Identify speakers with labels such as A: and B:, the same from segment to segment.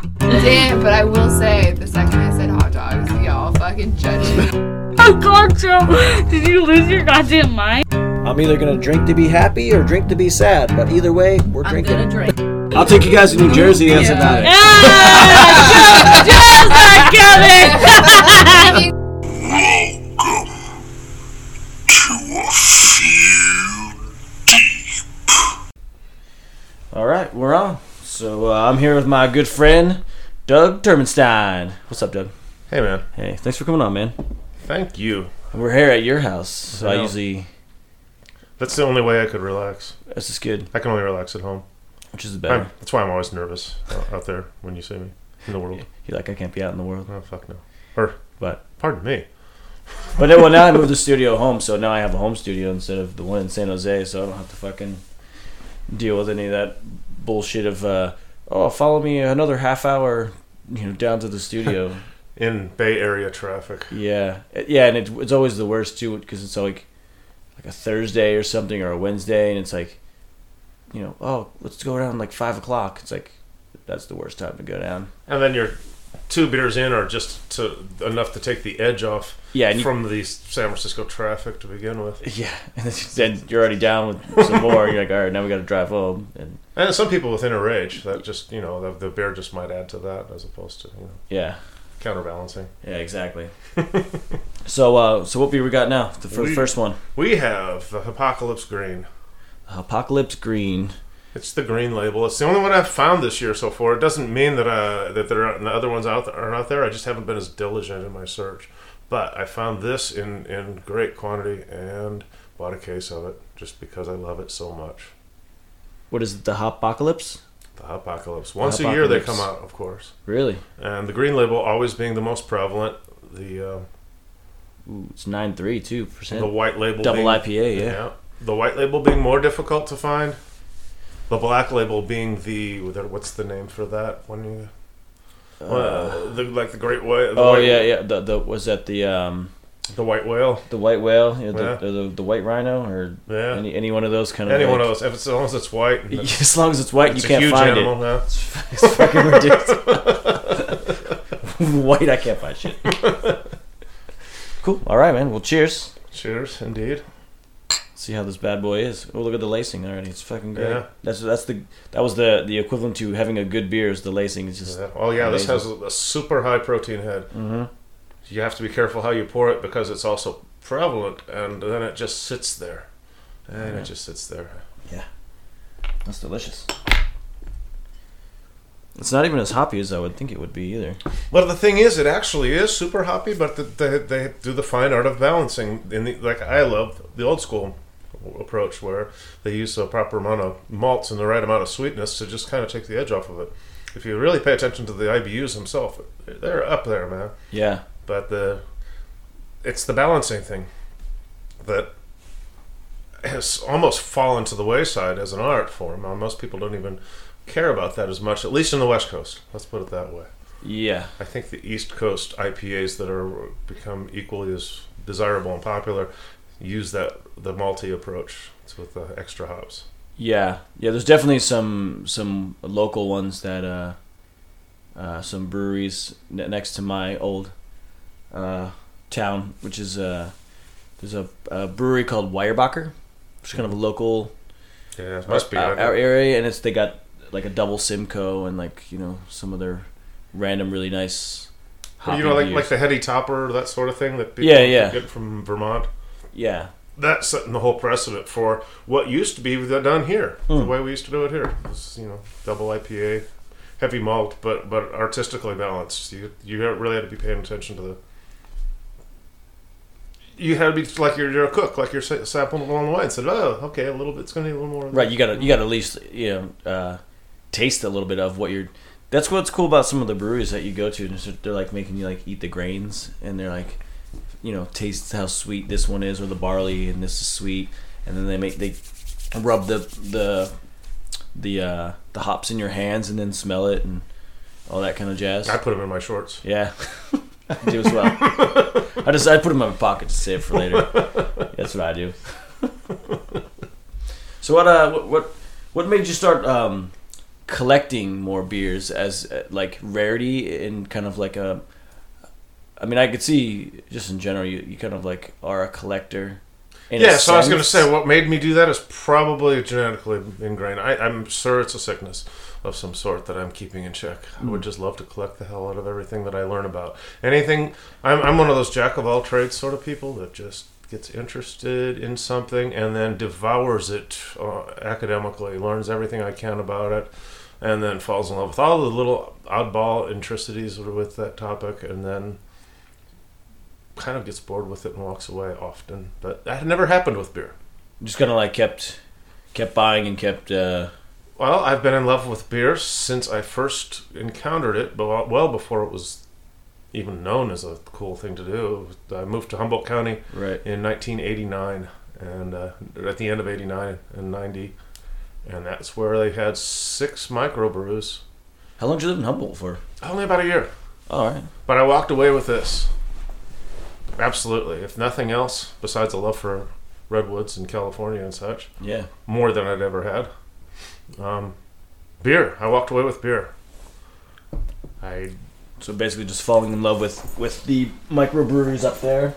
A: didn't, but I will say the second I said hot dogs, y'all fucking judged me.
B: Clock Joe, did you lose your goddamn mind?
C: I'm either gonna drink to be happy or drink to be sad, but either way, we're
D: I'm
C: drinking.
D: gonna drink.
E: I'll take you guys to New Jersey. That's
D: Yeah.
E: about it.
B: Ah, Joe, Joe's not coming.
E: All right, we're on. So uh, I'm here with my good friend Doug Turbenstein. What's up, Doug?
F: Hey man,
E: Hey, thanks for coming on, man.
F: thank you.
E: We're here at your house. So I
F: Yeah.
E: usually
F: That's the only way I could relax.
E: this is good,
F: I can only relax at home.
E: which is
F: I'm-
E: better.
F: that's why I'm always nervous out- out there when you see me in the world.
E: You're like I can't be out in the world,
F: Oh fuck no. Or
E: but
F: pardon me.
E: but then, well now I moved the studio home, so now I have a home studio instead of the one in San Jose, so I don't have to fucking deal with any of that bullshit of uh, oh follow me another half hour you know down to the studio.
F: In Bay Area traffic.
E: Yeah, Uh, yeah, and it's it's always the worst too because it's like like a Thursday or something or a Wednesday, and it's like you know, oh, let's go around like five o'clock. It's like that's the worst time to go down.
F: And then your two beers in are just to enough to take the edge off
E: Yeah, and you-
F: from the San Francisco traffic to begin with.
E: Yeah, and then then you're already down with some more. You're like, all right, now we got to drive home, and
F: And some people with inner rage that just you know the, the beer just might add to that as opposed to you know
E: yeah,
F: counterbalancing.
E: yeah, exactly. so, uh, so what beer we got now? The fir-
F: We-
E: first one,
F: We have the Apocalypse Green.
E: Apocalypse Green.
F: It's the green label. It's the only one I've found this year so far. It doesn't mean that uh, that there are the other ones out there are not there. I just haven't been as diligent in my search. But I found this in in great quantity and bought a case of it just because I love it so much.
E: What is it? The Hopocalypse?
F: The apocalypse. Once a year they come out, of course.
E: Really?
F: And the green label always being the most prevalent. The uh,
E: Ooh, it's nine three two
F: the
E: percent.
F: white label
E: Double
F: being-
E: IPA, yeah.
F: The white label being more difficult to find. The black label being the what's the name for that when you Well, Uh, the, like the great whale. The
E: Oh
F: white,
E: yeah, yeah. The the was that the um.
F: the white whale.
E: the white whale, you know,
F: Yeah.
E: the, the, the white rhino, or
F: Yeah.
E: any, any one of those kind of.
F: Any one of
E: like-
F: those, if it's, as long as it's white, and it's,
E: As long as it's white,
F: it's
E: you can't
F: a huge
E: find
F: animal.
E: it.
F: yeah.
E: It's fucking ridiculous. white, I can't find shit. cool. All right, man. Well, cheers.
F: Cheers, indeed.
E: See how this bad boy is. Oh, look at the lacing already. It's fucking great.
F: Yeah.
E: That's that's the that was the the equivalent to having a good beer is the lacing. It's just
F: Yeah. Oh yeah, this has
E: amazing.
F: a, a super high protein head. Mm-hmm. You have to be careful how you pour it because it's also prevalent, and then it just sits there, and it just sits there.
E: that's delicious. It's not even as hoppy as I would think it would be either.
F: Well, the thing is, it actually is super hoppy, but the, they, they do the fine art of balancing. In the, like I love the old school approach where they use the proper amount of malts and the right amount of sweetness to just kind of take the edge off of it. If you really pay attention to the IBUs themselves, they're up there, man.
E: Yeah.
F: But the it's the balancing thing that has almost fallen to the wayside as an art form. Uh, Most people don't even care about that as much, at least in the West Coast. Let's put it that way.
E: Yeah.
F: I think the East Coast IPAs that are become equally as desirable and popular use that the malty approach it's with the extra hops.
E: Yeah, yeah. There's definitely some some local ones that uh, uh some breweries ne- next to my old uh town, which is uh there's a, a brewery called Weyerbacher, which is kind of a local
F: Yeah, it must be.
E: our, our
F: I,
E: area, and it's they got like a double Simcoe and like you know some other random really nice. hoppy
F: you know, like
E: beers.
F: like the heady topper, that sort of thing that people
E: Yeah, yeah.
F: get from Vermont.
E: yeah,
F: That's setting the whole precedent for what used to be done here, the way we used to do it here. It was, you know, double IPA, heavy malt, but but artistically balanced. You you really had to be paying attention to the. You had to be like you're, you're a cook, like you're sa- sampling along the way, and said, "Oh, okay, a little bit. It's going to need a little more." of
E: Right,
F: this."
E: you gotta you gotta at least you know uh, taste a little bit of what you're. That's what's cool about some of the breweries that you go to. and so They're like making you like eat the grains, and they're like, you know, taste how sweet this one is, or the barley, and this is sweet, and then they make they rub the the the uh, the hops in your hands, and then smell it, and all that kind of jazz.
F: I put them in my shorts.
E: Yeah, I do as well. I just I put them in my pocket to save for later. That's what I do. so what uh what what, what made you start um, collecting more beers as uh, like rarity and kind of like a. I mean, I could see just in general, you, you kind of like are a collector. in a
F: yeah, so I was going to
E: sense.
F: say what made me do that is probably genetically ingrained. I, I'm sure it's a sickness of some sort that I'm keeping in check. I
E: Mm.
F: would just love to collect the hell out of everything that I learn about. Anything, I'm, I'm one of those jack of all trades sort of people that just gets interested in something and then devours it uh, academically, learns everything I can about it, and then falls in love with all the little oddball intricacies with that topic, and then kind of gets bored with it and walks away often. But that had never happened with beer.
E: just kind of like kept kept buying and kept uh
F: Well, I've been in love with beer since I first encountered it, but well before it was even known as a cool thing to do. I moved to Humboldt County
E: right
F: in 1989 and uh, at the end of 89 and 90 and that's where they had six microbrews
E: how long did you live in humboldt for
F: only about a year
E: all right
F: but i walked away with this absolutely if nothing else besides a love for redwoods in california and such
E: yeah
F: more than I'd ever had. Um, beer. I walked away with beer. I
E: so basically just falling in love with with the microbreweries up there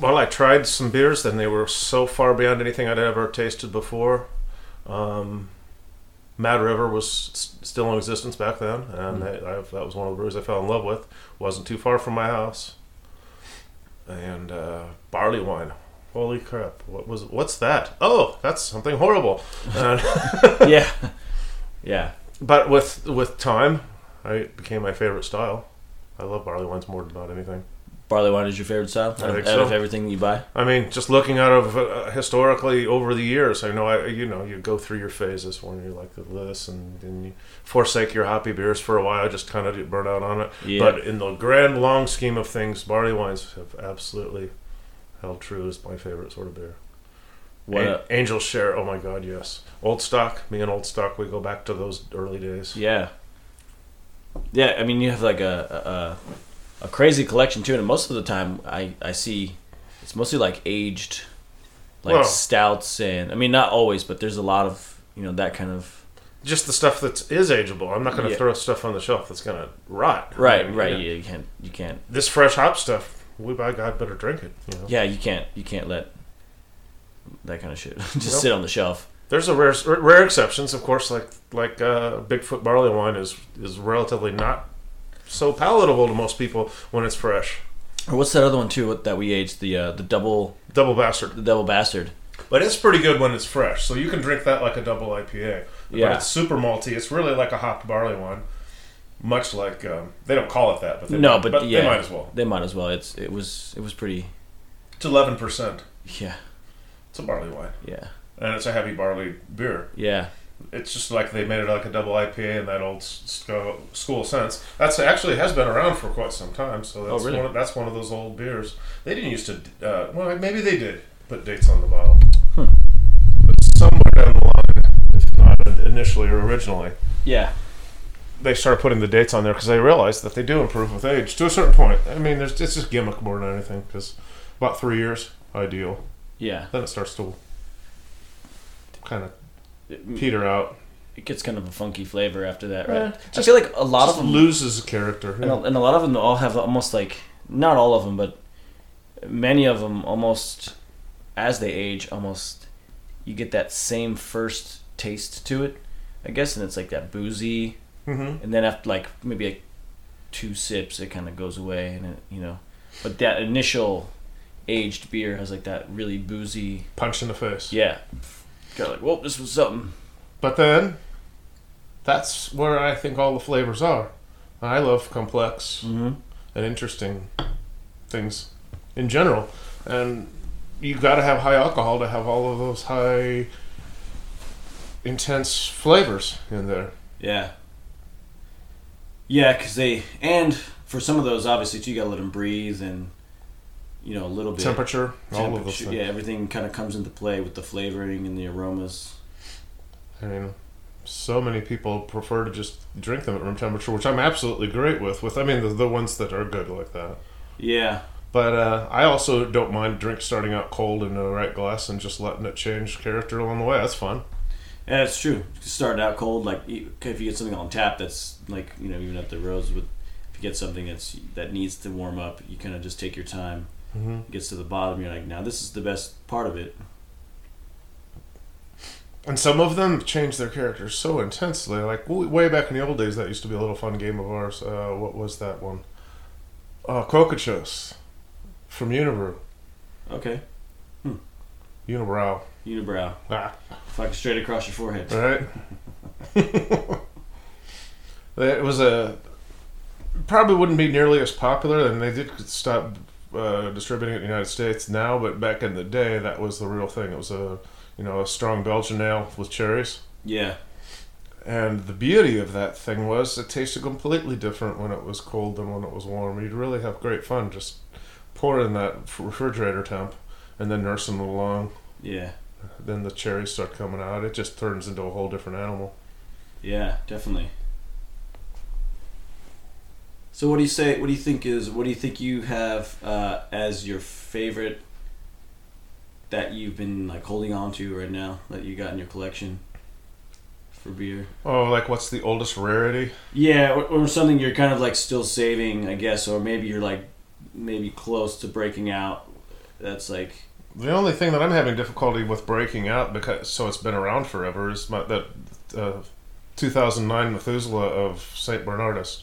F: well, I tried some beers, and they were so far beyond anything I'd ever tasted before. Um, Mad River was s- still in existence back then, and I, I, that was one of the breweries I fell in love with. wasn't too far from my house. And uh, barley wine. Holy crap! What was? What's that? Oh, that's something horrible. And-
E: yeah yeah
F: But with with time, I it became my favorite style. I love barley wines more than about anything.
E: barley wine is your favorite style out, of-
F: think
E: out
F: so.
E: of everything you buy
F: I mean, just looking out of uh, historically over the years, I know I you know you go through your phases when you're like this, and then you forsake your hoppy beers for a while, just kind of burn out on it.
E: Yeah.
F: But in the grand long scheme of things, barley wines have absolutely held true as my favorite sort of beer.
E: what
F: An-
E: a,
F: Angel share? Oh my God, yes. Old stock. Me and old stock. We go back to those early days.
E: yeah yeah i mean you have like a, a a crazy collection too and most of the time i i see it's mostly like aged like
F: Well-
E: stouts and i mean not always but there's a lot of you know that kind of
F: just the stuff that is ageable. I'm not going to
E: Yeah.
F: throw stuff on the shelf that's going to rot. I
E: right
F: mean,
E: right
F: you know,
E: yeah you can't you can't
F: This fresh hop stuff, we by God better drink it. You know?
E: Yeah, you can't you can't let that kind of shit just sit on the shelf.
F: There's a rare rare exceptions, of course, like like uh, Bigfoot barley wine is is relatively not so palatable to most people when it's fresh.
E: Or what's that other one too what- that we aged the uh, the double
F: Double bastard,
E: the double bastard?
F: but it's pretty good when it's fresh. So you can drink that like a double IPA.
E: Yeah.
F: But it's super malty. It's really like a hopped barley wine, much like um, they don't call it that, but they
E: no,
F: might-
E: but, yeah,
F: they might as well.
E: They might as well. It's it was it was pretty.
F: It's eleven percent.
E: Yeah,
F: It's a barley wine,
E: yeah,
F: and it's a heavy barley beer.
E: yeah. it's
F: it's just like they made it like a double IPA in that old s- sco- school sense. That's actually has been around for quite some time. So that's
E: really?
F: one of, that's one of those old beers. They didn't used to. Uh, well, maybe they did put dates on the bottle. But somewhere down the line, if not initially or originally,
E: Yeah,
F: they started putting the dates on there because they realized that they do improve with age to a certain point. I mean, there's it's just gimmick more than anything because about three years ideal.
E: yeah.
F: Then it starts to kind of
E: It,
F: peter out.
E: it gets kind of a funky flavor after that, right?
F: Eh,
E: I feel like a lot of
F: Just
E: them
F: loses character.
E: and a, and a lot of them all have almost like not all of them but many of them almost as they age almost you get that same first taste to it i guess and it's like that boozy
F: Mm-hmm.
E: and then after like maybe like two sips it kind of goes away and it, you know but that initial aged beer has like that really boozy
F: punch in the face.
E: yeah kind of like whoa this was something
F: But then, that's where I think all the flavors are. I love complex
E: mm-hmm.
F: and interesting things in general, and you got to have high alcohol to have all of those high, intense flavors in there.
E: Yeah. Yeah, because they and for some of those, obviously, too, you gotta let them breathe and you know a little bit
F: Temperature, all of those
E: temperature-
F: things.
E: Yeah, everything kind of comes into play with the flavoring and the aromas.
F: I mean, so many people prefer to just drink them at room temperature, which I'm absolutely great with. With I mean, the, the ones that are good like that.
E: Yeah,
F: But uh, I also don't mind drink starting out cold in the right glass and just letting it change character along the way. That's fun.
E: Yeah, it's true. Starting out cold, like you- if you get something on tap that's like you know even up the roads, with if you get something that's that needs to warm up, you kind of just take your time.
F: Mm-hmm.
E: It gets to the bottom, you're like, now this is the best part of it.
F: And some of them change their characters so intensely. Like w- way back in the old days, that used to be a little fun game of ours. Uh, what was that one? Uh, Crocachos from Unibrew.
E: Okay,
F: Unibrow.
E: unibrow,
F: Ah,
E: fucking straight across your forehead.
F: right? it was a. Probably wouldn't be nearly as popular, and they did stop uh, distributing it in the United States now, but back in the day, that was the real thing. It was a. You know, a strong Belgian ale with cherries.
E: Yeah,
F: And the beauty of that thing was it tasted completely different when it was cold than when it was warm. You'd really have great fun just pouring that f- refrigerator temp and then nursing it along.
E: yeah,
F: Then the cherries start coming out. It just turns into a whole different animal.
E: yeah, definitely. So what do you say? What do you think is? What do you think you have uh, as your favorite that you've been like holding on to right now that you got in your collection for beer?
F: Oh, like what's the oldest rarity?
E: Yeah, or, or something you're kind of like still saving, I guess, or maybe you're like maybe close to breaking out. That's like
F: The only thing that I'm having difficulty with breaking out because so it's been around forever is my, that uh, 2009 Methuselah of St. Bernardus.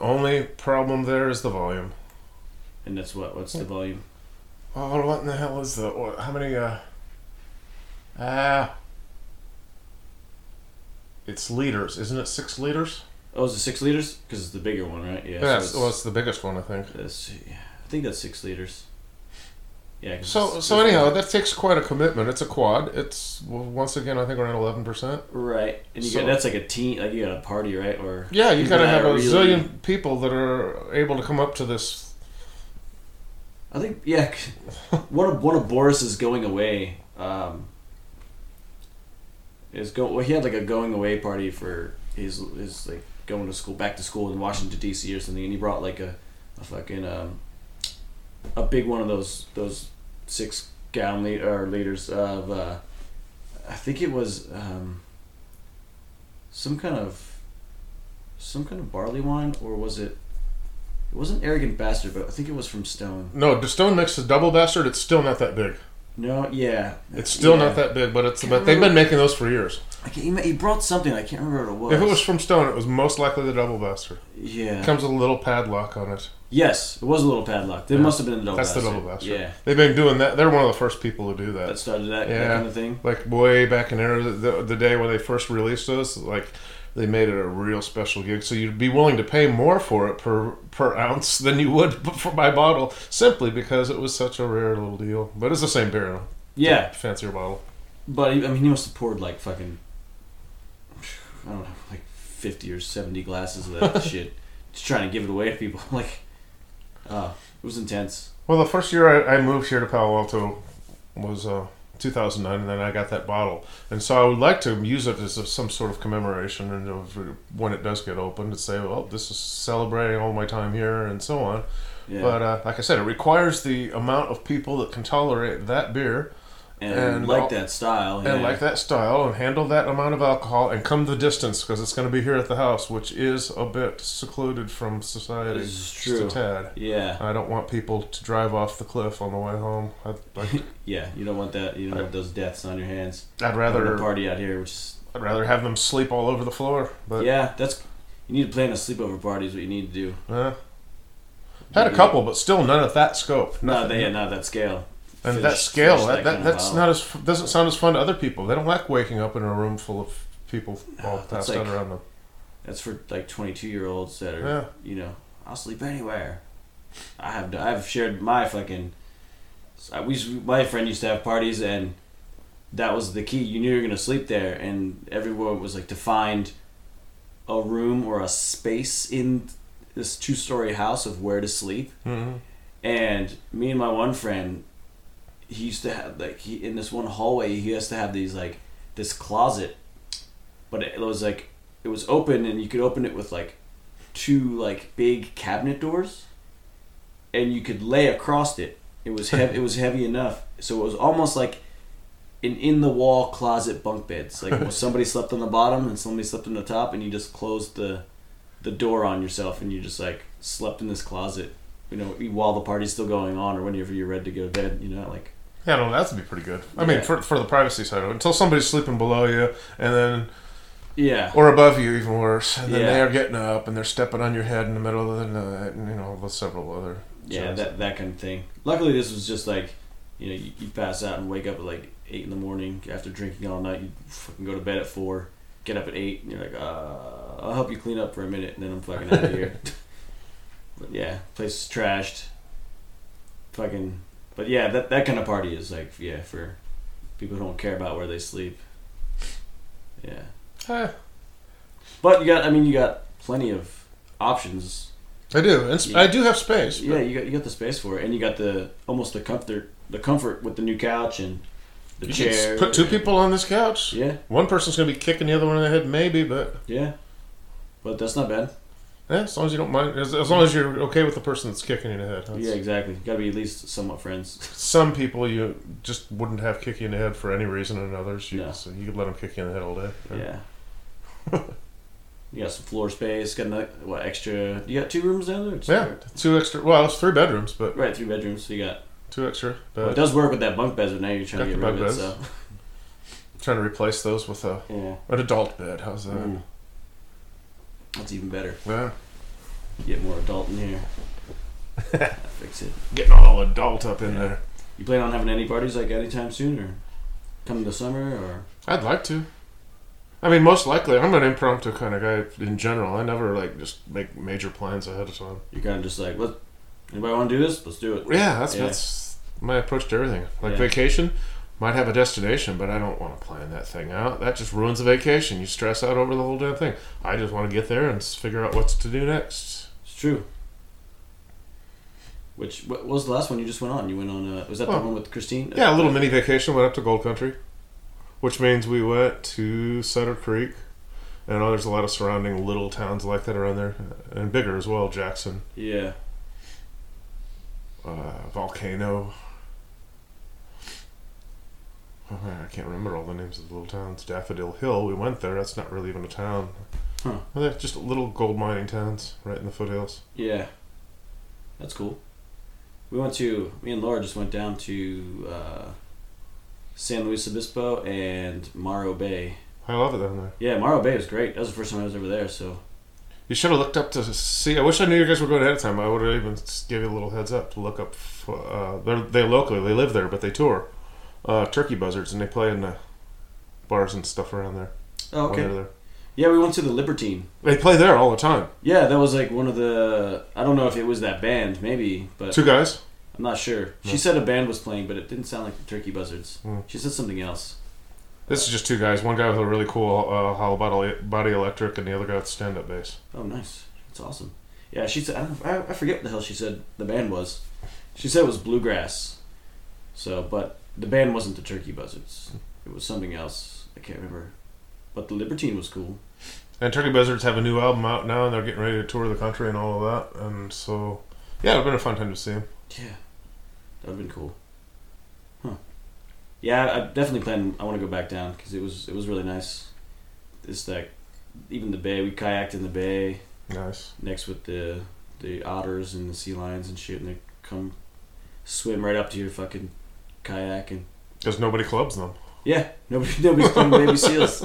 F: Only problem there is the volume.
E: and that's what what's the volume?
F: Oh, what in the hell is the? What, how many? uh... Ah. it's liters, isn't it? Six liters.
E: Oh, is it six liters? Because it's the bigger one, right? Yeah.
F: Yeah,
E: so
F: it's, well, it's the biggest one, I think.
E: it's- let's see. I think that's six liters. Yeah. 'cause
F: So,
E: it's-
F: so anyhow, that takes quite a commitment. It's a quad. It's well, once again, I think around eleven percent.
E: right, and you
F: so-
E: got that's like a teen, like you got a party, right? Or
F: Yeah, you
E: people
F: got to
E: that
F: have
E: are
F: a
E: really-
F: zillion people that are able to come up to this.
E: I think yeah, c- one of one of Boris is going away. Um, is go well, he had like a going away party for his his like going to school back to school in Washington D.C. or something, and he brought like a, a fucking um, a big one of those those six gallon li- or liters of uh, I think it was um, some kind of some kind of barley wine or was it it wasn't arrogant bastard but I think it was from Stone
F: No, the Stone Mix is double bastard. It's still not that big.
E: no, yeah.
F: It's still
E: Yeah.
F: not that big, but it's but they've been making those for years.
E: I can't, he ma- he brought something. I can't remember what it was.
F: If it was from Stone, it was most likely the double bastard.
E: yeah.
F: It comes with a little padlock on it.
E: yes, it was a little padlock. There
F: Yeah.
E: must have been a double.
F: That's the
E: bastard.
F: double bastard.
E: Yeah,
F: They've been doing that. They're one of the first people to do that.
E: that started that, that
F: Yeah.
E: kind of thing.
F: like way back in there, the, the day when they first released those, like they made it a real special gig. So you'd be willing to pay more for it per per ounce than you would for my bottle, simply because it was such a rare little deal. But it's the same beer,
E: Yeah,
F: fancier bottle.
E: but he, I mean, he must have poured like fucking, I don't know, like fifty or seventy glasses of that shit, just trying to give it away to people. Like, uh, it was intense.
F: Well, the first year I, I moved here to Palo Alto was uh, 2009, and then I got that bottle. And so I would like to use it as a, some sort of commemoration, and of- when it does get opened, to say, well, this is celebrating all my time here, and so on.
E: Yeah,
F: But uh, like I said, it requires the amount of people that can tolerate that beer
E: and,
F: and
E: like
F: all-
E: that style. Oh, yeah.
F: and like that style and handle that amount of alcohol and come the distance because it's going to be here at the house, which is a bit secluded from society.
E: This is
F: just
E: true.
F: a tad.
E: Yeah,
F: I don't want people to drive off the cliff on the way home. I'd, I'd,
E: yeah. You don't want that. You don't want those deaths on your hands.
F: I'd
E: Having a
F: rather
E: party out here, which is
F: I'd rather have them sleep all over the floor. But
E: yeah, that's you need to plan a sleepover party. Is what you need to do.
F: eh. had a couple, but still none at that scope.
E: No,
F: Nothing.
E: they yeah, not that scale.
F: and
E: Fish-
F: that scale
E: fish
F: that, that,
E: kind of
F: that's
E: bottle.
F: not as f- doesn't sound as fun to other people they don't like waking up in a room full of people
E: Ah,
F: all
E: that's
F: passed out
E: like-
F: around them
E: That's for like twenty two year olds that are
F: Yeah.
E: you know I'll sleep anywhere. I have d- I've shared my fucking. I- We used- my friend used to have parties and that was the key. You knew you were gonna sleep there, and everyone was like to find a room or a space in this two story house of where to sleep.
F: mm-hmm.
E: and me and my one friend he used to have like he in this one hallway he has to have these like this closet but it was like it was open and you could open it with like two like big cabinet doors and you could lay across it it was heavy it was heavy enough so it was almost like an in the wall closet bunk beds. Like well, somebody slept on the bottom and somebody slept on the top, and you just closed the the door on yourself, and you just like slept in this closet. You know, while the party's still going on, or whenever you're ready to go to bed. You know, like
F: Yeah, no, that's be pretty good. I mean,
E: Yeah.
F: for, for the privacy side of it, until somebody's sleeping below you, and then
E: yeah,
F: or above you, even worse, and then
E: Yeah.
F: they are getting up and they're stepping on your head in the middle of the night, and you know, with several other.
E: yeah,
F: shows.
E: that that kind of thing. Luckily, this was just like you know, you, you pass out and wake up at like eight in the morning after drinking all night. You fucking go to bed at four, get up at eight, and you're like, uh, I'll help you clean up for a minute, and then I'm fucking out of here. but yeah, place is trashed. Fucking, but yeah, that that kind of party is like yeah for people who don't care about where they sleep. Yeah.
F: Eh,
E: But you got, I mean, you got plenty of options.
F: I do, and sp- I do have space.
E: Yeah, you got you got the space for it, and you got the almost the comfort the comfort with the new couch and the
F: You could s-
E: chair.
F: put two people on this couch.
E: Yeah,
F: One person's gonna be kicking the other one in the head, maybe, but
E: yeah, but that's not bad.
F: yeah, as long as you don't mind, as, as long as you're okay with the person that's kicking you in the head. That's-
E: yeah, exactly. Got to be at least somewhat friends.
F: Some people you just wouldn't have kick you in the head for any reason, and others you
E: No.
F: so you could let them kick you in the head all day.
E: yeah. you got some floor space. Got another, what extra? You got two rooms down there. It's-
F: Yeah, two extra. Well, it's three bedrooms, but
E: Right, three bedrooms. So you got.
F: two extra.
E: Well, it
F: But
E: does work with that bunk beds, but now you're trying to get
F: Got the
E: rid of
F: bunk
E: it. So
F: trying to replace those with a
E: yeah,
F: an adult bed. How's that?
E: Mm. that's even better.
F: Yeah,
E: Get more adult in here. Fix it.
F: getting all adult up in there.
E: You plan on having any parties like anytime soon, or come the summer, or
F: I'd like to. I mean, most likely, I'm an impromptu kind of guy in general. I never like just make major plans ahead of time.
E: you're kind of just like, what? Anybody want to do this? Let's do it.
F: Yeah, that's
E: Yeah.
F: that's my approach to everything. Like
E: Yeah.
F: vacation, might have a destination, but I don't want to plan that thing out. That just ruins the vacation. You stress out over the whole damn thing. I just want to get there and s- figure out what's to do next.
E: It's true. Which what what was the last one you just went on? You went on. Uh, was that
F: Well,
E: the one with Christine?
F: Yeah, a little mini vacation. Went up to Gold Country, which means we went to Sutter Creek. And I know there's a lot of surrounding little towns like that around there, and bigger as well. Jackson,
E: Yeah.
F: uh, Volcano. Oh, man, I can't remember all the names of the little towns. Daffodil Hill, we went there. That's not really even a town.
E: Huh.
F: Well, they're just little gold mining towns right in the foothills.
E: Yeah. That's cool. We went to. Me and Laura just went down to uh, San Luis Obispo and Morro Bay.
F: I love it down there.
E: Yeah, Morro Bay was great. That was the first time I was ever there. So
F: You should have looked up to see. I wish I knew you guys were going ahead of time. I would have even s- gave you a little heads up to look up. f- Uh, they're they locally they live there, but they tour. Uh, turkey buzzards and they play in the bars and stuff around there.
E: Oh,
F: when they're there.
E: Yeah, we went to the Libertine.
F: They play there all the time.
E: Yeah, that was like one of the. I don't know if it was that band, maybe, but
F: Two guys.
E: I'm not sure. She said a band was playing, but it didn't sound like the Turkey Buzzards.
F: Hmm.
E: She said something else.
F: This is just two guys. One guy with a really cool uh, hollow body, body electric, and the other guy with stand up bass.
E: Oh, nice. That's awesome. Yeah, she said. I, don't, I, I forget what the hell she said the band was. She said it was bluegrass. So, but the band wasn't the Turkey Buzzards. It was something else. I can't remember. But the Libertine was cool.
F: And Turkey Buzzards have a new album out now, and they're getting ready to tour the country and all of that. And so, yeah, it'd been a fun time to see them.
E: Yeah, that would've been cool. Huh? Yeah, I I definitely plan. I want to go back down because it was it was really nice. It's like even the bay. We kayaked in the bay
F: Nice.
E: next with the the otters and the sea lions and shit, and they come swim right up to your fucking kayak and
F: Because nobody clubs them.
E: yeah, nobody nobody's playing baby seals.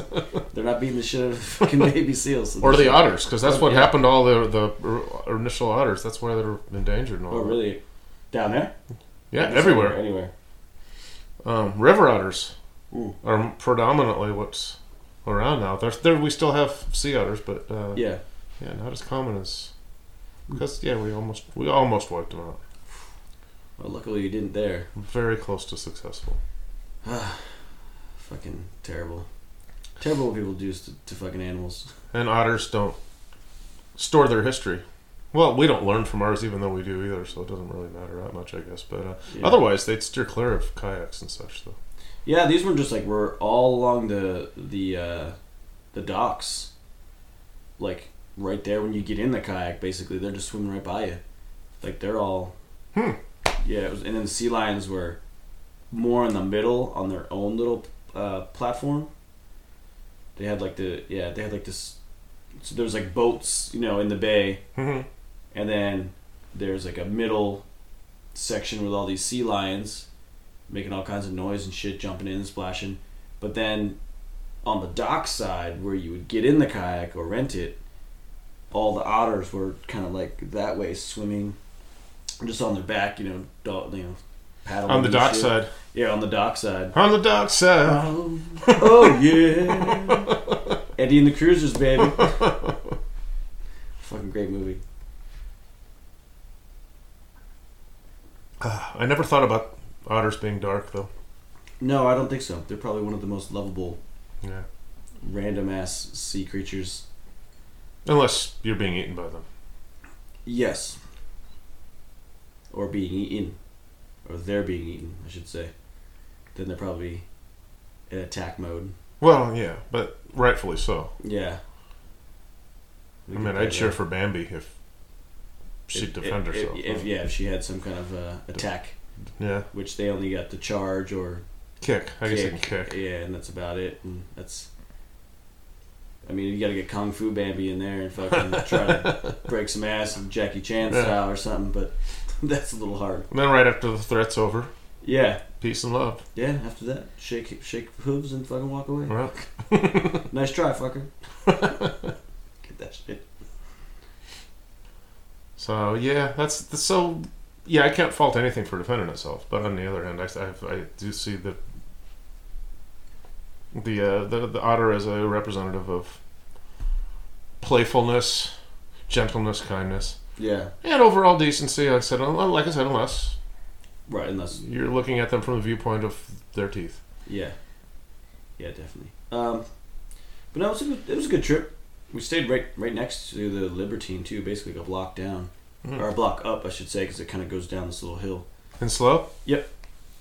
E: They're not beating the shit out of fucking baby seals.
F: Or the otters, because that's what
E: Yeah.
F: happened to all the, the or- initial otters. That's why they're endangered and all
E: Oh
F: that.
E: really? Down there?
F: Yeah,
E: Just
F: everywhere.
E: Anywhere.
F: Um, river otters
E: Ooh.
F: are predominantly what's around now. There's, there we still have sea otters, but uh,
E: Yeah.
F: Yeah, not as common as because yeah, we almost we almost wiped them out.
E: Well, luckily you didn't there.
F: Very close to successful.
E: Fucking terrible. Terrible what people do to, to fucking animals.
F: And otters don't store their history. Well, we don't learn from ours, even though we do either, so it doesn't really matter that much, I guess. But uh,
E: Yeah.
F: otherwise, they'd steer clear of kayaks and such, though.
E: Yeah, these were just like we're all along the the uh, the docks, like right there when you get in the kayak. Basically, they're just swimming right by you. Like they're all.
F: Hmm.
E: Yeah, it was, and then the sea lions were more in the middle on their own little uh, platform. They had like the yeah they had like this. So there was like boats you know in the bay,
F: Mhm.
E: and then there's like a middle section with all these sea lions making all kinds of noise and shit, jumping in and splashing. But then on the dock side where you would get in the kayak or rent it, all the otters were kind of like that way swimming, just on their back, you know, dog, you know, paddling
F: On the
E: and
F: dock
E: shit.
F: side.
E: Yeah, on the dock side.
F: On the dock side.
E: Oh, oh yeah, Eddie and the Cruisers, baby. Fucking great movie.
F: I never thought about otters being dark though.
E: No, I don't think so. They're probably one of the most lovable,
F: Yeah.
E: random ass sea creatures.
F: Unless you're being eaten by them.
E: Yes. Or being eaten, or they're being eaten, I should say. Then they're probably in attack mode.
F: Well, yeah, but rightfully so.
E: Yeah.
F: I mean, I'd cheer for Bambi if she would defend
E: if,
F: herself.
E: If, if- yeah, if she had some kind of uh, attack,
F: yeah,
E: which they only got the charge or
F: kick. I guess I can kick.
E: Yeah, and that's about it. And that's. I mean, you got to get Kung Fu Bambi in there and fucking try to break some ass and Jackie Chan
F: Yeah.
E: style or something, but that's a little hard.
F: And then right after the threat's over,
E: Yeah,
F: peace and love.
E: yeah. After that, shake shake hooves and fucking walk away.
F: Well,
E: Nice try, fucker. get that shit.
F: so yeah, that's, that's so. Yeah, I can't fault anything for defending itself, but on the other hand, I, I, I do see the the, uh, the the otter as a representative of playfulness, gentleness, kindness,
E: Yeah,
F: and overall decency. Like I said, un- like I said, unless
E: right. Unless
F: you're looking at them from the viewpoint of their teeth.
E: yeah, yeah, definitely. Um, but no, it was a good, it was a good trip. We stayed right right next to the Libertine too, basically a block down
F: Mhm.
E: or a block up, I should say, because it kind of goes down this little hill.
F: And slow?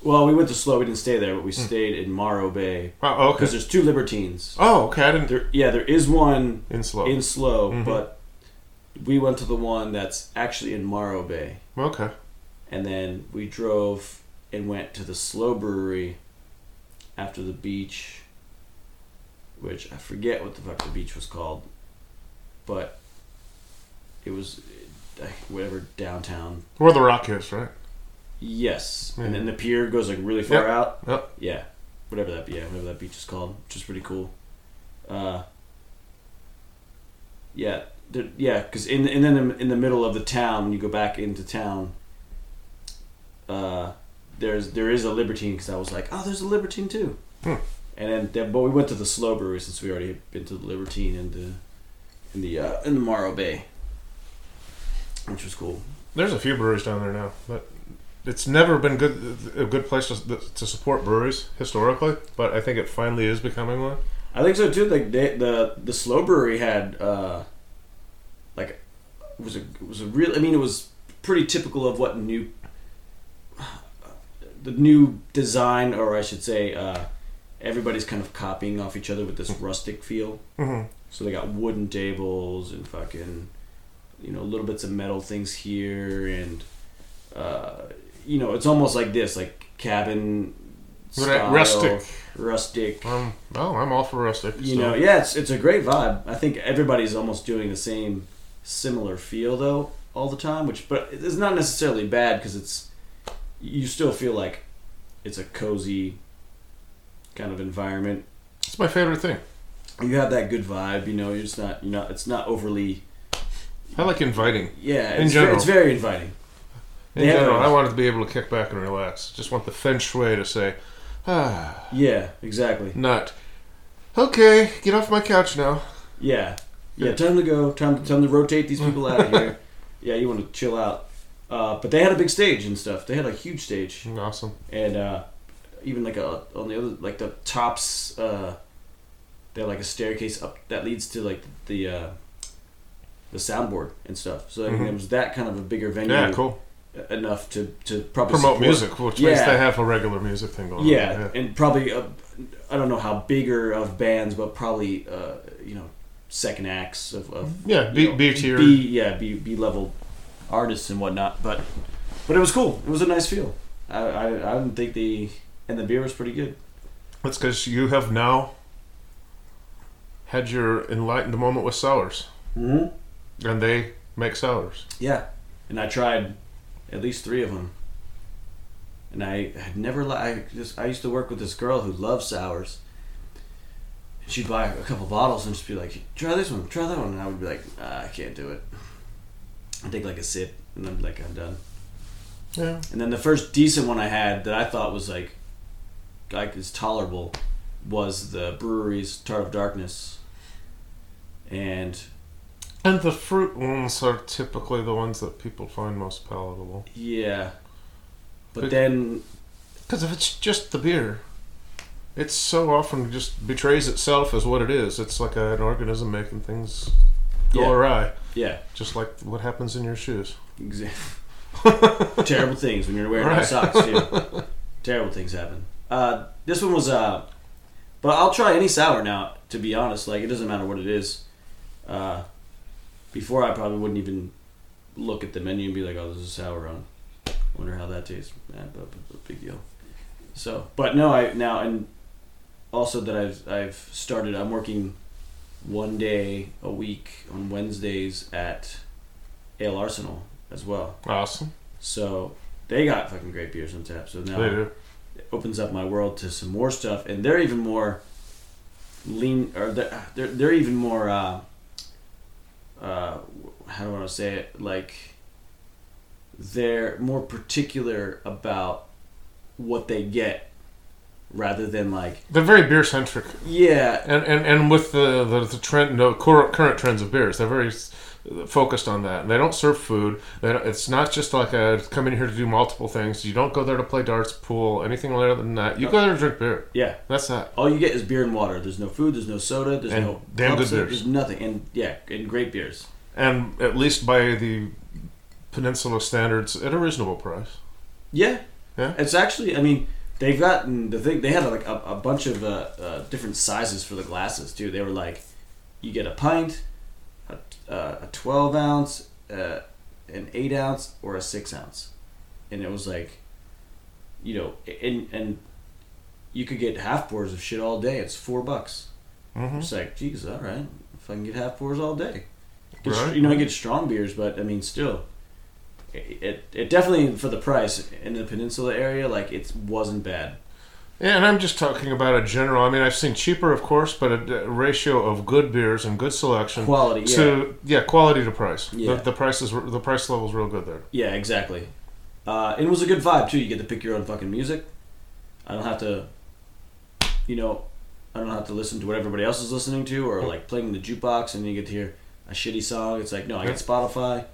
E: Well, we went to Slow. We didn't stay there, but we stayed in Morrow Bay
F: Wow,
E: because
F: okay.
E: there's two Libertines.
F: Oh, okay. I didn't.
E: There, yeah, there is one
F: In slow.
E: in Slow,
F: Mhm.
E: but we went to the one that's actually in Morrow Bay,
F: okay.
E: and then we drove and went to the Slow Brewery after the beach, which I forget what the fuck the beach was called, but it was eh, whatever downtown.
F: Where the rock is, right?
E: Yes,
F: Mhm.
E: and then the pier goes like really far
F: Yep.
E: out.
F: Yep.
E: yeah, whatever that yeah whatever that beach is called, which is pretty cool. Uh, yeah, there, yeah, because in and then in, in the middle of the town, you go back into town. Uh, there's there is a libertine because I was like, oh, there's a libertine too.
F: Hmm.
E: And then, then, but we went to the slow brewery since we already had been to the libertine and the in the uh, in the Morrow Bay, which was cool.
F: There's a few breweries down there now, but it's never been good a good place to, to support breweries historically. But I think it finally is becoming one.
E: I think so too. Like they, the the slow brewery had uh, like it was a it was a real. I mean, it was pretty typical of what new the new design, or I should say, uh, everybody's kind of copying off each other with this rustic feel.
F: Mm-hmm.
E: So they got wooden tables and fucking you know little bits of metal things here, and uh, you know it's almost like this like cabin. style,
F: Rustic.
E: rustic
F: Um. Oh, I'm all for rustic.
E: you
F: so-
E: know yeah it's, it's a great vibe i think everybody's almost doing the same similar feel though all the time which but it's not necessarily bad because it's you still feel like it's a cozy kind of environment
F: it's my favorite thing.
E: you have that good vibe you know you're just not you know it's not overly
F: I like inviting.
E: yeah
F: In
E: it's, very,
F: general.
E: it's very inviting
F: In
E: Yeah.
F: general, I wanted to be able to kick back and relax. Just want the feng shui to say, ah,
E: yeah exactly
F: not. Okay, get off my couch now.
E: Yeah. Yeah, time to go. Time to, time to rotate these people out of here. Yeah, you want to chill out. Uh, but they had a big stage and stuff. They had a huge stage.
F: Awesome.
E: and uh, even like a on the other like the tops uh, they're like a staircase up that leads to like the uh, the soundboard and stuff so I mean,
F: Mhm.
E: it was that kind of a bigger venue
F: Yeah, cool.
E: enough to to probably
F: promote
E: support-
F: music, which means
E: Yeah.
F: they have a regular music thing going on.
E: yeah, and probably I I don't know how bigger of bands but probably uh, you know second acts of, of
F: Yeah, B,
E: you know,
F: B tier.
E: B yeah, B B level artists and whatnot. But but it was cool. It was a nice feel. I I, I didn't think the and the beer was pretty good.
F: That's because you have now had your enlightened moment with sours,
E: Mm-hmm.
F: and they make sours.
E: Yeah, and I tried at least three of them, and I had never. Li- I just I used to work with this girl who loves sours. And she'd buy a couple bottles and just be like, "Try this one, try that one," and I would be like, ah, "I can't do it." I take like a sip, and I'm like, "I'm done."
F: Yeah.
E: And then the first decent one I had that I thought was like, like is tolerable, was the brewery's Tart of Darkness. And
F: And the fruit ones are typically the ones that people find most palatable.
E: yeah, but
F: But-
E: then
F: Because if it's just the beer, it so often just betrays itself as what it is. It's like an organism making things go
E: Yeah.
F: awry,
E: yeah,
F: just like what happens in your shoes.
E: Exactly. Terrible things when you're wearing no
F: Right.
E: socks too. Terrible things happen. Uh, this one was, uh, but I'll try any sour now. To be honest, like it doesn't matter what it is. Uh, before I probably wouldn't even look at the menu and be like, "Oh, this is sour on." Wonder how that tastes. Eh, but, but, but big deal. So, but no, I now and also that I've I've started. I'm working one day a week on Wednesdays at Ale Arsenal as well.
F: Awesome.
E: So they got fucking great beers on tap. So now
F: They do.
E: it opens up my world to some more stuff, and they're even more lean, or they're they're, they're even more. Uh, uh, how do I want to say it? Like they're more particular about what they get, rather than like
F: They're very beer centric.
E: yeah,
F: And, and and with the the, the trend, the cur- current trends of beers, they're very s- focused on that. And they don't serve food. They don't, it's not just like a come in here to do multiple things. You don't go there to play darts, pool, anything later than that. You go there to drink beer.
E: yeah.
F: That's that.
E: All you get is beer and water. There's no food. There's no soda. There's
F: And
E: no
F: damn good
E: pubs,
F: beers.
E: There's nothing. And yeah, and great beers.
F: And at least by the peninsula standards, at a reasonable price.
E: Yeah.
F: Yeah.
E: It's actually, I mean, they've gotten the thing, they had like a, a bunch of uh, uh, different sizes for the glasses too. They were like, you get a pint, a, uh, a 12 ounce, uh, an 8 ounce, or a 6 ounce. And it was like, you know, and, and you could get half pours of shit all day. It's four bucks.
F: Mm-hmm.
E: It's like, geez, all right. If I can get half pours all day, Get str-
F: Right.
E: you know, I get strong beers, but I mean, still, it, it it definitely for the price in the peninsula area, like it wasn't bad.
F: Yeah, and I'm just talking about a general. I mean, I've seen cheaper, of course, but a, a ratio of good beers and good selection
E: Quality, yeah,
F: to yeah, quality to price.
E: Yeah.
F: The, the price is the price level's real good there.
E: yeah, exactly. Uh, it was a good vibe too. You get to pick your own fucking music. I don't have to, you know, I don't have to listen to what everybody else is listening to or like playing the jukebox and you get to hear a shitty song. It's like no, I get Spotify.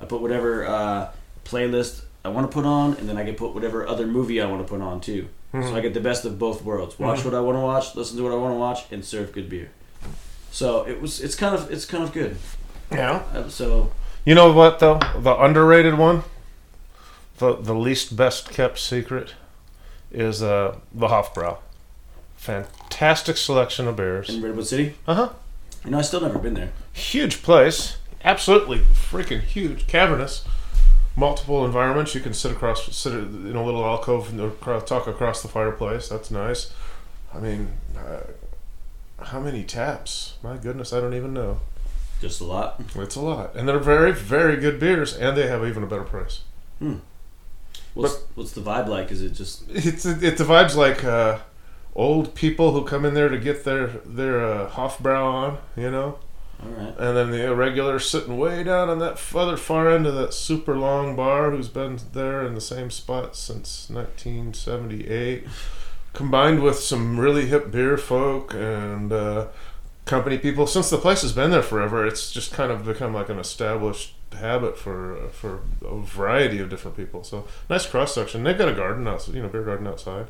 E: I put whatever uh, playlist I want to put on, and then I can put whatever other movie I want to put on too. So I get the best of both worlds. Watch what I want to watch, listen to what I want to watch, and serve good beer. So it was. It's kind of. It's kind of good.
F: Yeah.
E: Uh, So
F: You know what though? The underrated one, the the least best kept secret, is uh, the Hofbrau. Fantastic selection of beers.
E: in Redwood City,
F: Uh huh.
E: you know, I still never been there.
F: Huge place. Absolutely freaking huge. Cavernous. Multiple environments. You can sit across, sit in a little alcove and acro- talk across the fireplace. That's nice. I mean, uh, how many taps? My goodness, I don't even know.
E: Just a lot.
F: It's a lot. And they're very, very good beers, and they have even a better price.
E: What's What's the vibe like? Is it just
F: It's it the vibes like uh, old people who come in there to get their their uh, Hofbrau on, you know,
E: all right?
F: and then the irregulars sitting way down on that f- other far end of that super long bar who's been there in the same spot since 1978, combined with some really hip beer folk and uh, company people. Since the place has been there forever, it's just kind of become like an established habit for uh, for a variety of different people. So nice cross section. They've got a garden outside, you know, beer garden outside.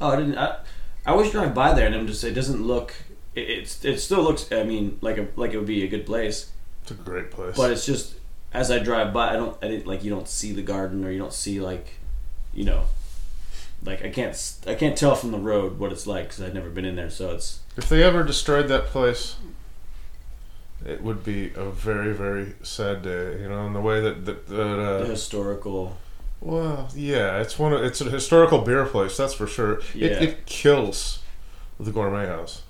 E: Oh, I didn't. I, I always drive by there, and I'm just. It doesn't look. It, it's. It still looks. I mean, like a like it would be a good place,
F: It's a great place.
E: but it's just as I drive by, I don't. I didn't like. You don't see the garden, or you don't see like, you know, like I can't. s- I can't tell from the road what it's like because I've never been in there. So it's.
F: If they ever destroyed that place, it would be a very, very sad day. You know, in the way that that, that
E: The
F: uh,
E: historical.
F: well, yeah, it's one. Of, it's a historical beer place, that's for sure.
E: Yeah.
F: It, it kills the gourmet house.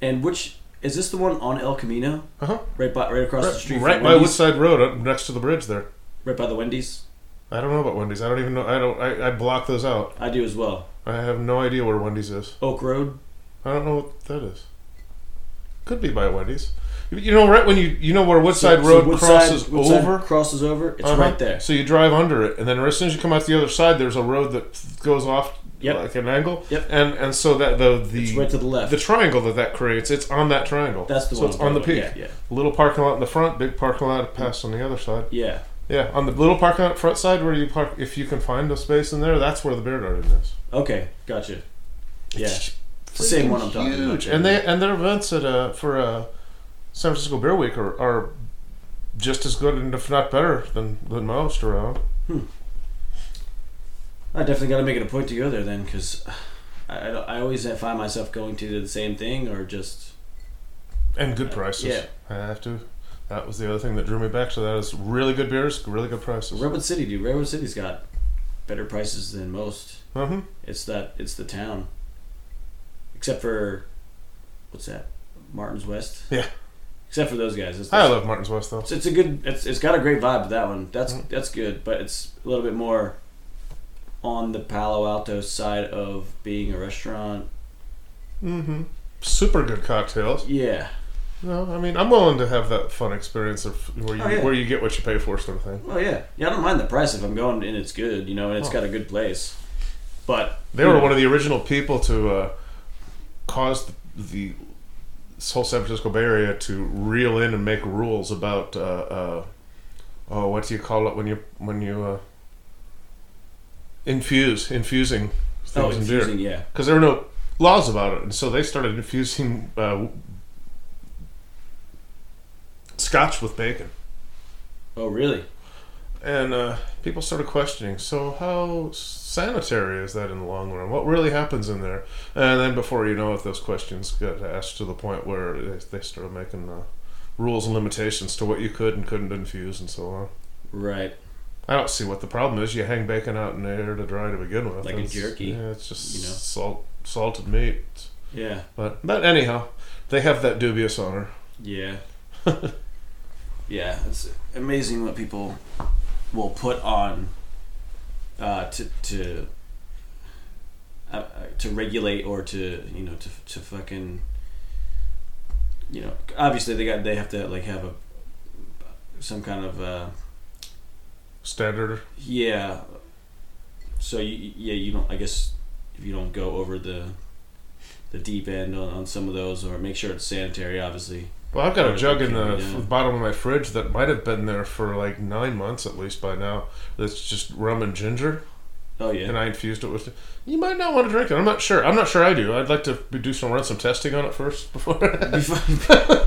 E: And which is this the one on El Camino?
F: Uh-huh.
E: Right by, right across the street,
F: Right, right
E: from
F: by
E: Wendy's?
F: Woodside Road, up next to the bridge there.
E: right by the Wendy's.
F: I don't know about Wendy's. I don't even know. I don't. I, I block those out.
E: I do as well.
F: I have no idea where Wendy's is.
E: Oak Road.
F: I don't know what that is. Could be by Wendy's. You- You know, right when you you know where Woodside
E: So
F: Road
E: Woodside-
F: crosses
E: Woodside
F: over.
E: Crosses over. It's
F: Uh-huh.
E: right there.
F: So you drive under it, and then as soon as you come out the other side, there's a road that goes off
E: Yep.
F: like an angle.
E: Yep.
F: And and so that the
E: It's
F: the
E: right to the left.
F: the triangle that that creates, it's on that triangle.
E: That's the
F: so
E: one.
F: it's on the peak.
E: Yeah, yeah,
F: Little parking lot in the front, big parking lot past on the other side.
E: yeah.
F: Yeah, on the little parking lot front side where you park, if you can find a space in there, that's where the beer garden is.
E: Okay, gotcha. Yeah, same one I'm talking about.
F: Huge, and they and their events at uh, for uh, San Francisco Beer Week are, are just as good and if not better than than most around.
E: I definitely got to make it a point to go there then, because I, I, don't- I always find myself going to the same thing or just
F: and good prices.
E: yeah.
F: I have to. That was the other thing that drew me back to that is really good beers, really good prices.
E: Redwood City. Dude, Redwood City's got better prices than most.
F: Mm-hmm.
E: It's that it's the town, except for what's that? Martin's West.
F: Yeah.
E: Except for those guys. It's the
F: I love Martin's West though.
E: It's, it's a good. It's, it's got a great vibe to that one. That's that's good, but it's a little bit more on the Palo Alto side of being a restaurant.
F: Mm-hmm. Super good cocktails.
E: Yeah.
F: No, I mean I'm willing to have that fun experience of where you
E: Oh, yeah.
F: where you get what you pay for sort of thing.
E: Well, yeah. Yeah, I don't mind the price if I'm going and it's good, you know, and it's got a good place. But
F: They were one of the original people to uh, cause the, the whole San Francisco Bay Area to reel in and make rules about uh, uh, oh, what do you call it when you when you uh, infuse infusing things
E: oh,
F: in
E: infusing,
F: beer
E: yeah.
F: because there were no laws about it, and so they started infusing uh, scotch with bacon
E: Oh, really?
F: and uh, people started questioning so how sanitary is that in the long run what really happens in there and then before you know it those questions got asked to the point where they, they started making uh, rules and limitations to what you could and couldn't infuse and so on
E: Right.
F: i don't see what the problem is you hang bacon out in the air to dry to begin with
E: Like a
F: It's-
E: jerky,
F: yeah it's just
E: you know?
F: salt salted meat
E: Yeah.
F: but but anyhow they have that dubious honor
E: Yeah. yeah, it's amazing what people will put on uh, to to uh, uh, to regulate or to you know to to fucking you know obviously they got they have to like have a some kind of uh,
F: standard
E: yeah. So you yeah you don't I guess if you don't go over the the deep end on, on some of those or make sure it's sanitary obviously
F: Well, I've got a
E: Or
F: jug in
E: can
F: the
E: be done.
F: f- bottom of my fridge that might have been there for like nine months at least by now. That's just rum and ginger,
E: oh yeah
F: and I infused it with. You might not want to drink it. I'm not sure. I'm not sure I do. I'd like to be- do some run some testing on it first before.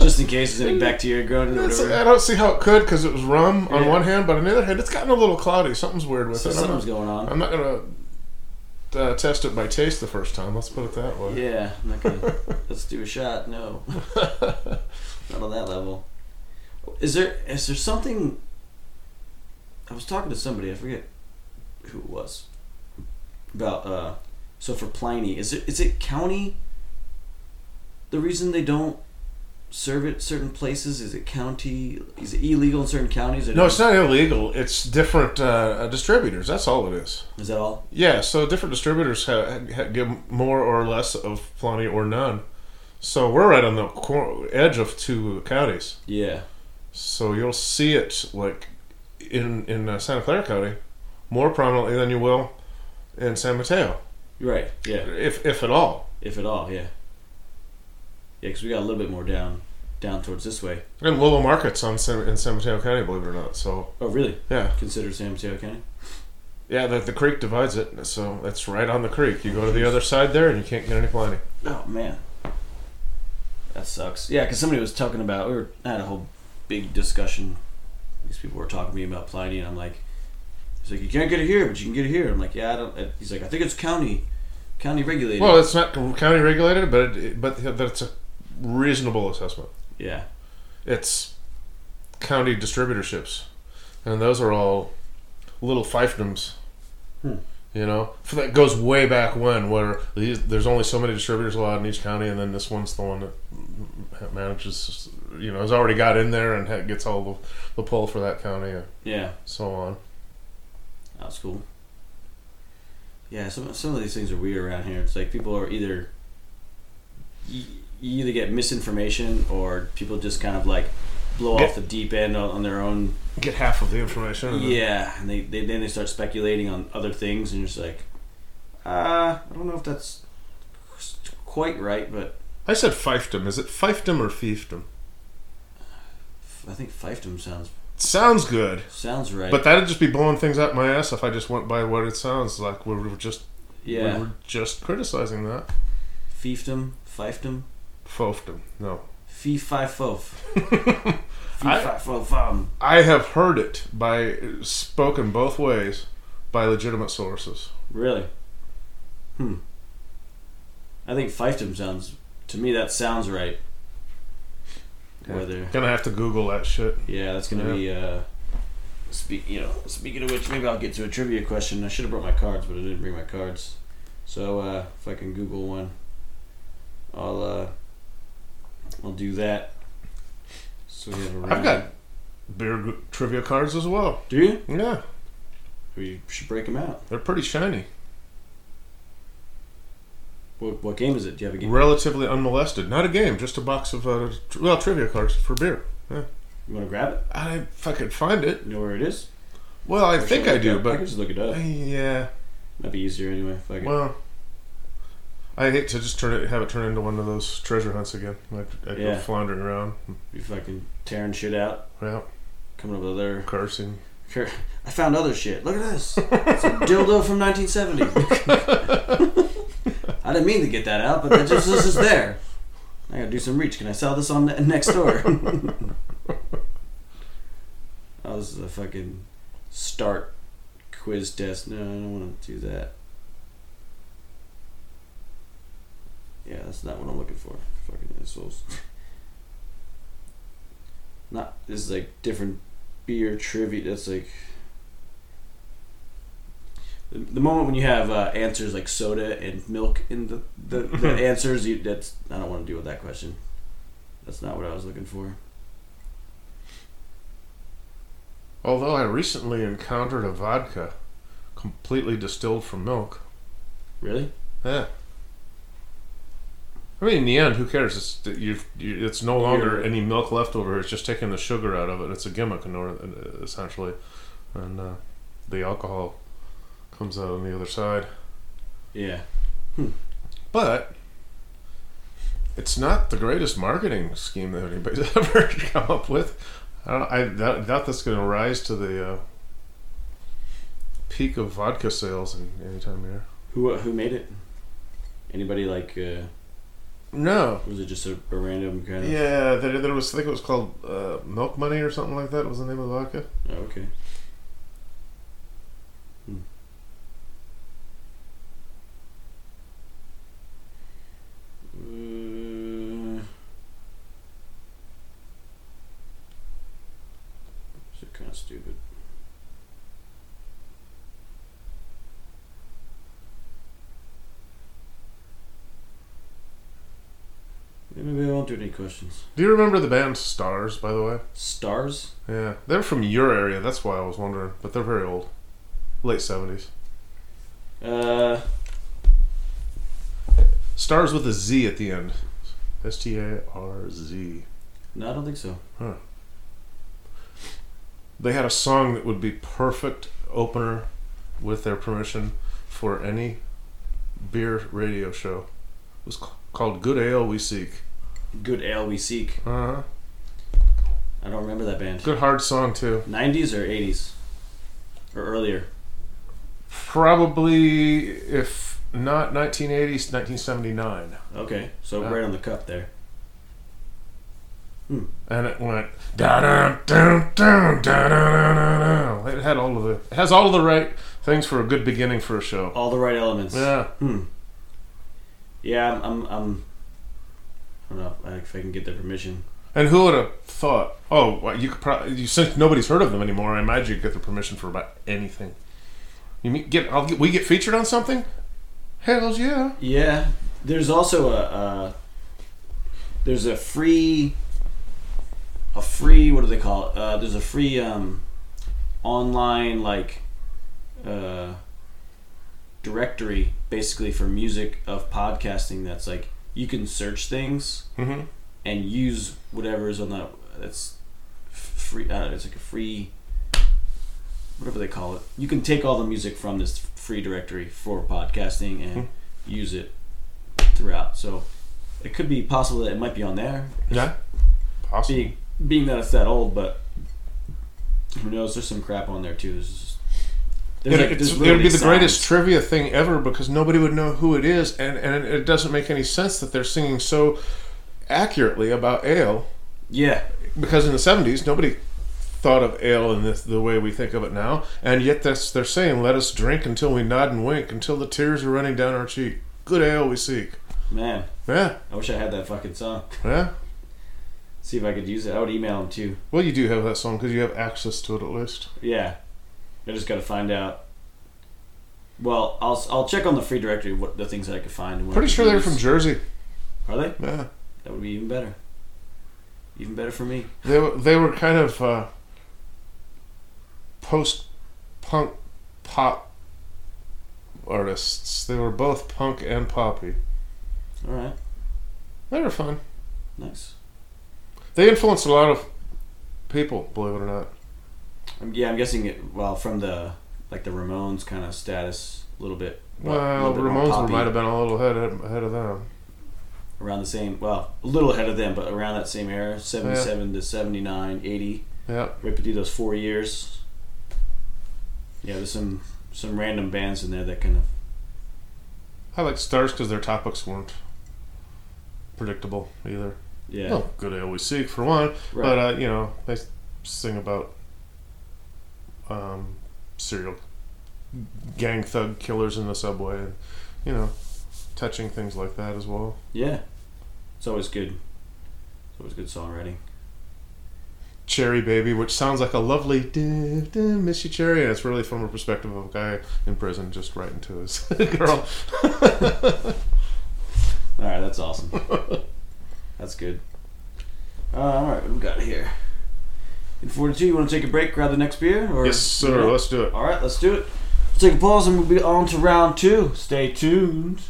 E: just in case there's any bacteria growing or
F: It's-
E: whatever.
F: I don't see how it could because it was rum on
E: Yeah.
F: one hand, but on the other hand, it's gotten a little cloudy. Something's weird with
E: So
F: it. I'm
E: something's
F: not,
E: going on.
F: I'm not gonna uh, test it by taste the first time. Let's put it that way.
E: Yeah, I'm not gonna. let's do a shot. No, not on that level. Is there is there something? I was talking to somebody. I forget who it was about. uh So for Pliny, is it is it county? The reason they don't serve it certain places is it county? Is it illegal in certain counties? Or
F: No, it's not illegal. It's different uh, distributors. That's all it is.
E: Is that all?
F: Yeah, so different distributors ha- ha- give more or less of plenty or none. So we're right on the cor- edge of two counties.
E: Yeah.
F: So you'll see it like in in uh, Santa Clara County more prominently than you will in San Mateo,
E: Right. Yeah.
F: if if at all.
E: if at all. Yeah. Yeah, because we got a little bit more down, down towards this way.
F: And Willow Market's on San, in San Mateo County, believe it or not. So
E: Oh, really?
F: yeah,
E: Consider San Mateo County.
F: yeah, the, the creek divides it. So that's right on the creek. You go to the other side there, and you can't get any plenty.
E: Oh man, that sucks. Yeah, because somebody was talking about we were I had a whole big discussion. These people were talking to me about Pliny, and I'm like, he's like, you can't get it here, but you can get it here. I'm like, yeah, I don't. uh, He's like, I think it's county, county regulated.
F: Well, it's not county regulated, but it, but that's a reasonable assessment.
E: yeah,
F: it's county distributorships, and those are all little fiefdoms.
E: Hmm.
F: You know, For that goes way back when, where these, there's only so many distributors allowed in each county, and then this one's the one that manages, you know, has already got in there and ha- gets all the, the pull for that county and
E: Yeah,
F: so on.
E: that's cool. Yeah, some some of these things are weird around here. It's like people are either you, you either get misinformation or people just kind of like blow off the deep end on, on their own
F: Get half of the information. and then-
E: Yeah, and they, they then they start speculating on other things, and you're just like, uh, I don't know if that's quite right, but
F: I said fiefdom. Is it fiefdom or fiefdom?
E: I think fiefdom sounds
F: Sounds good,
E: sounds right.
F: but that'd just be blowing things up my ass if I just went by what it sounds like. We were just
E: yeah,
F: we were just criticizing that
E: fiefdom, fiefdom,
F: fiefdom. No,
E: fee fi fof, fee
F: I-
E: fi fo fum.
F: I have heard it by spoken both ways by legitimate sources.
E: Really? Hmm. I think fiefdom sounds to me that sounds right. Whether
F: Gonna have to Google that shit.
E: Yeah, that's gonna be. Uh, speak, you know, speaking of which, maybe I'll get to a trivia question. I should have brought my cards, but I didn't bring my cards. So uh, if I can Google one, I'll uh, I'll do that. So we have a round.
F: I've got beer g- trivia cards as well.
E: Do you?
F: Yeah,
E: We should break them out.
F: they're pretty shiny,
E: What, what game is it? Do you have a game?
F: relatively unmolested. Not a game, just a box of uh, tr- well trivia cards for beer.
E: You want to grab it?
F: I if I could find it.
E: You know where it is?
F: Well, I
E: Or
F: think
E: should
F: I do,
E: look it up? I
F: but
E: can just look it up.
F: yeah.
E: Might be easier anyway. If I could.
F: Well, I hate to just turn it, have it turn into one of those treasure hunts again. Like I go
E: Yeah.
F: floundering around,
E: be fucking tearing shit out,
F: yeah,
E: coming up with other.
F: cursing.
E: I found other shit. Look at this. It's a dildo from 1970. I didn't mean to get that out, but that just this is there. I gotta do some reach. Can I sell this on the, next door? oh, this is a fucking start quiz test. No, I don't want to do that. Yeah, that's not what I'm looking for. Fucking assholes. Not this is like different beer trivia. That's like the, the moment when you have uh, answers like soda and milk in the the, the answers. You, that's I don't want to deal with that question. That's not what I was looking for.
F: Although I recently encountered a vodka completely distilled from milk.
E: Really?
F: Yeah. I mean, in the end, who cares? It's that you've, you, it's no longer
E: You're-
F: any milk left over. It's just taking the sugar out of it. It's a gimmick, in order, essentially, and uh, the alcohol comes out on the other side.
E: Yeah.
F: But it's not the greatest marketing scheme that anybody's ever come up with. I, don't, I doubt, doubt that's going to rise to the uh, peak of vodka sales in, anytime here.
E: Who uh, who made it? Anybody like? Uh,
F: No.
E: was it just a, a random kind of?
F: Yeah, there, there was. I think it was called uh, Milk Money or something like that. Was the name of the vodka?
E: Oh, okay. Hmm. Uh, These are kind of stupid. Yeah, Maybe I won't do any questions.
F: Do you remember the band Stars? By the way,
E: Stars?
F: yeah, they're from your area. That's why I was wondering. But they're very old, late seventies.
E: Uh,
F: Stars with a Z at the end. S T A R Z.
E: no, I don't think so.
F: they had a song that would be perfect opener with their permission for any beer radio show. It was ca- called Good Ale We Seek.
E: Good Ale We Seek.
F: Uh-huh.
E: I don't remember that band.
F: Good hard song too.
E: 90s or 80s? Or earlier?
F: Probably if not 1980s, 1979.
E: Okay, so
F: Ah.
E: right on the cup there.
F: And it went da da da da da da It had all of the it has all of the right things for a good beginning for a show.
E: All the right elements.
F: Yeah.
E: Hmm. Yeah, I'm. I'm, I'm I am i am i do not know if I can get their permission.
F: And who would have thought? Oh, well, you could probably you, since nobody's heard of them anymore. I imagine you could get the permission for about anything. You mean, get, I'll get we get featured on something? Hell's yeah!
E: Yeah, there's also a uh, there's a free a free what do they call it? Uh, there's a free um, online like uh, directory basically for music of podcasting. That's like you can search things
F: Mhm.
E: and use whatever is on that. That's f- free. I don't know, it's like a free whatever they call it. You can take all the music from this free directory for podcasting and
F: Hmm.
E: use it throughout. So it could be possible that it might be on there.
F: Yeah, possible.
E: Being being that it's that old, but who knows? There's some crap on there too. There's just, there's
F: It,
E: like-
F: it's-
E: there's
F: it would be
E: literally
F: the greatest
E: songs.
F: trivia thing ever because nobody would know who it is, and, and it doesn't make any sense that they're singing so accurately about ale
E: yeah,
F: because in the 70s nobody thought of ale in this, the way we think of it now and yet that's they're saying let us drink until we nod and wink until the tears are running down our cheek good ale we seek
E: man.
F: yeah
E: I wish I had that fucking song.
F: yeah
E: See if I could use it. I would email him too.
F: well you do have that song because you have access to it at least
E: Yeah, I just got to find out. Well, I'll I'll check on the free directory what the things that I could find. and what I
F: pretty
E: could
F: sure they're
E: use.
F: from jersey
E: Are they?
F: yeah
E: That would be even better. Even better for me.
F: they, were- they were kind of uh, post punk pop artists they were both punk and poppy
E: All right,
F: they were fun
E: nice.
F: they influenced a lot of people believe it or not
E: Um, yeah, I'm guessing it. Well, from the like the Ramones kind of status, a little bit. a
F: Well,
E: little bit more
F: Ramones
E: poppy,
F: might have been a little ahead of, ahead of them.
E: around the same. Well, a little ahead of them, but around that same era, seventy-seven to 79, 80,
F: Yeah,
E: right between those four years. Yeah, there's some some random bands in there that kind of
F: I like Stars because their topics weren't predictable either.
E: yeah.
F: Well, good ale we seek for one,
E: Right.
F: Oh, but uh, you know they s- sing about um, serial gang thug killers in the subway, and you know touching things like that as well.
E: Yeah. It's always good. It's always good songwriting.
F: Cherry Baby, which sounds like a lovely "Duh, duh, "Miss You Cherry," and it's really from a perspective of a guy in prison just writing to his girl.
E: All right, that's awesome. that's good. Uh, all right, what we got here? In 42, you want to take a break, grab the next beer? Or
F: Yes, sir. Let's do it.
E: All right, let's do it. Let's take a pause and we'll be on to round two. Stay tuned.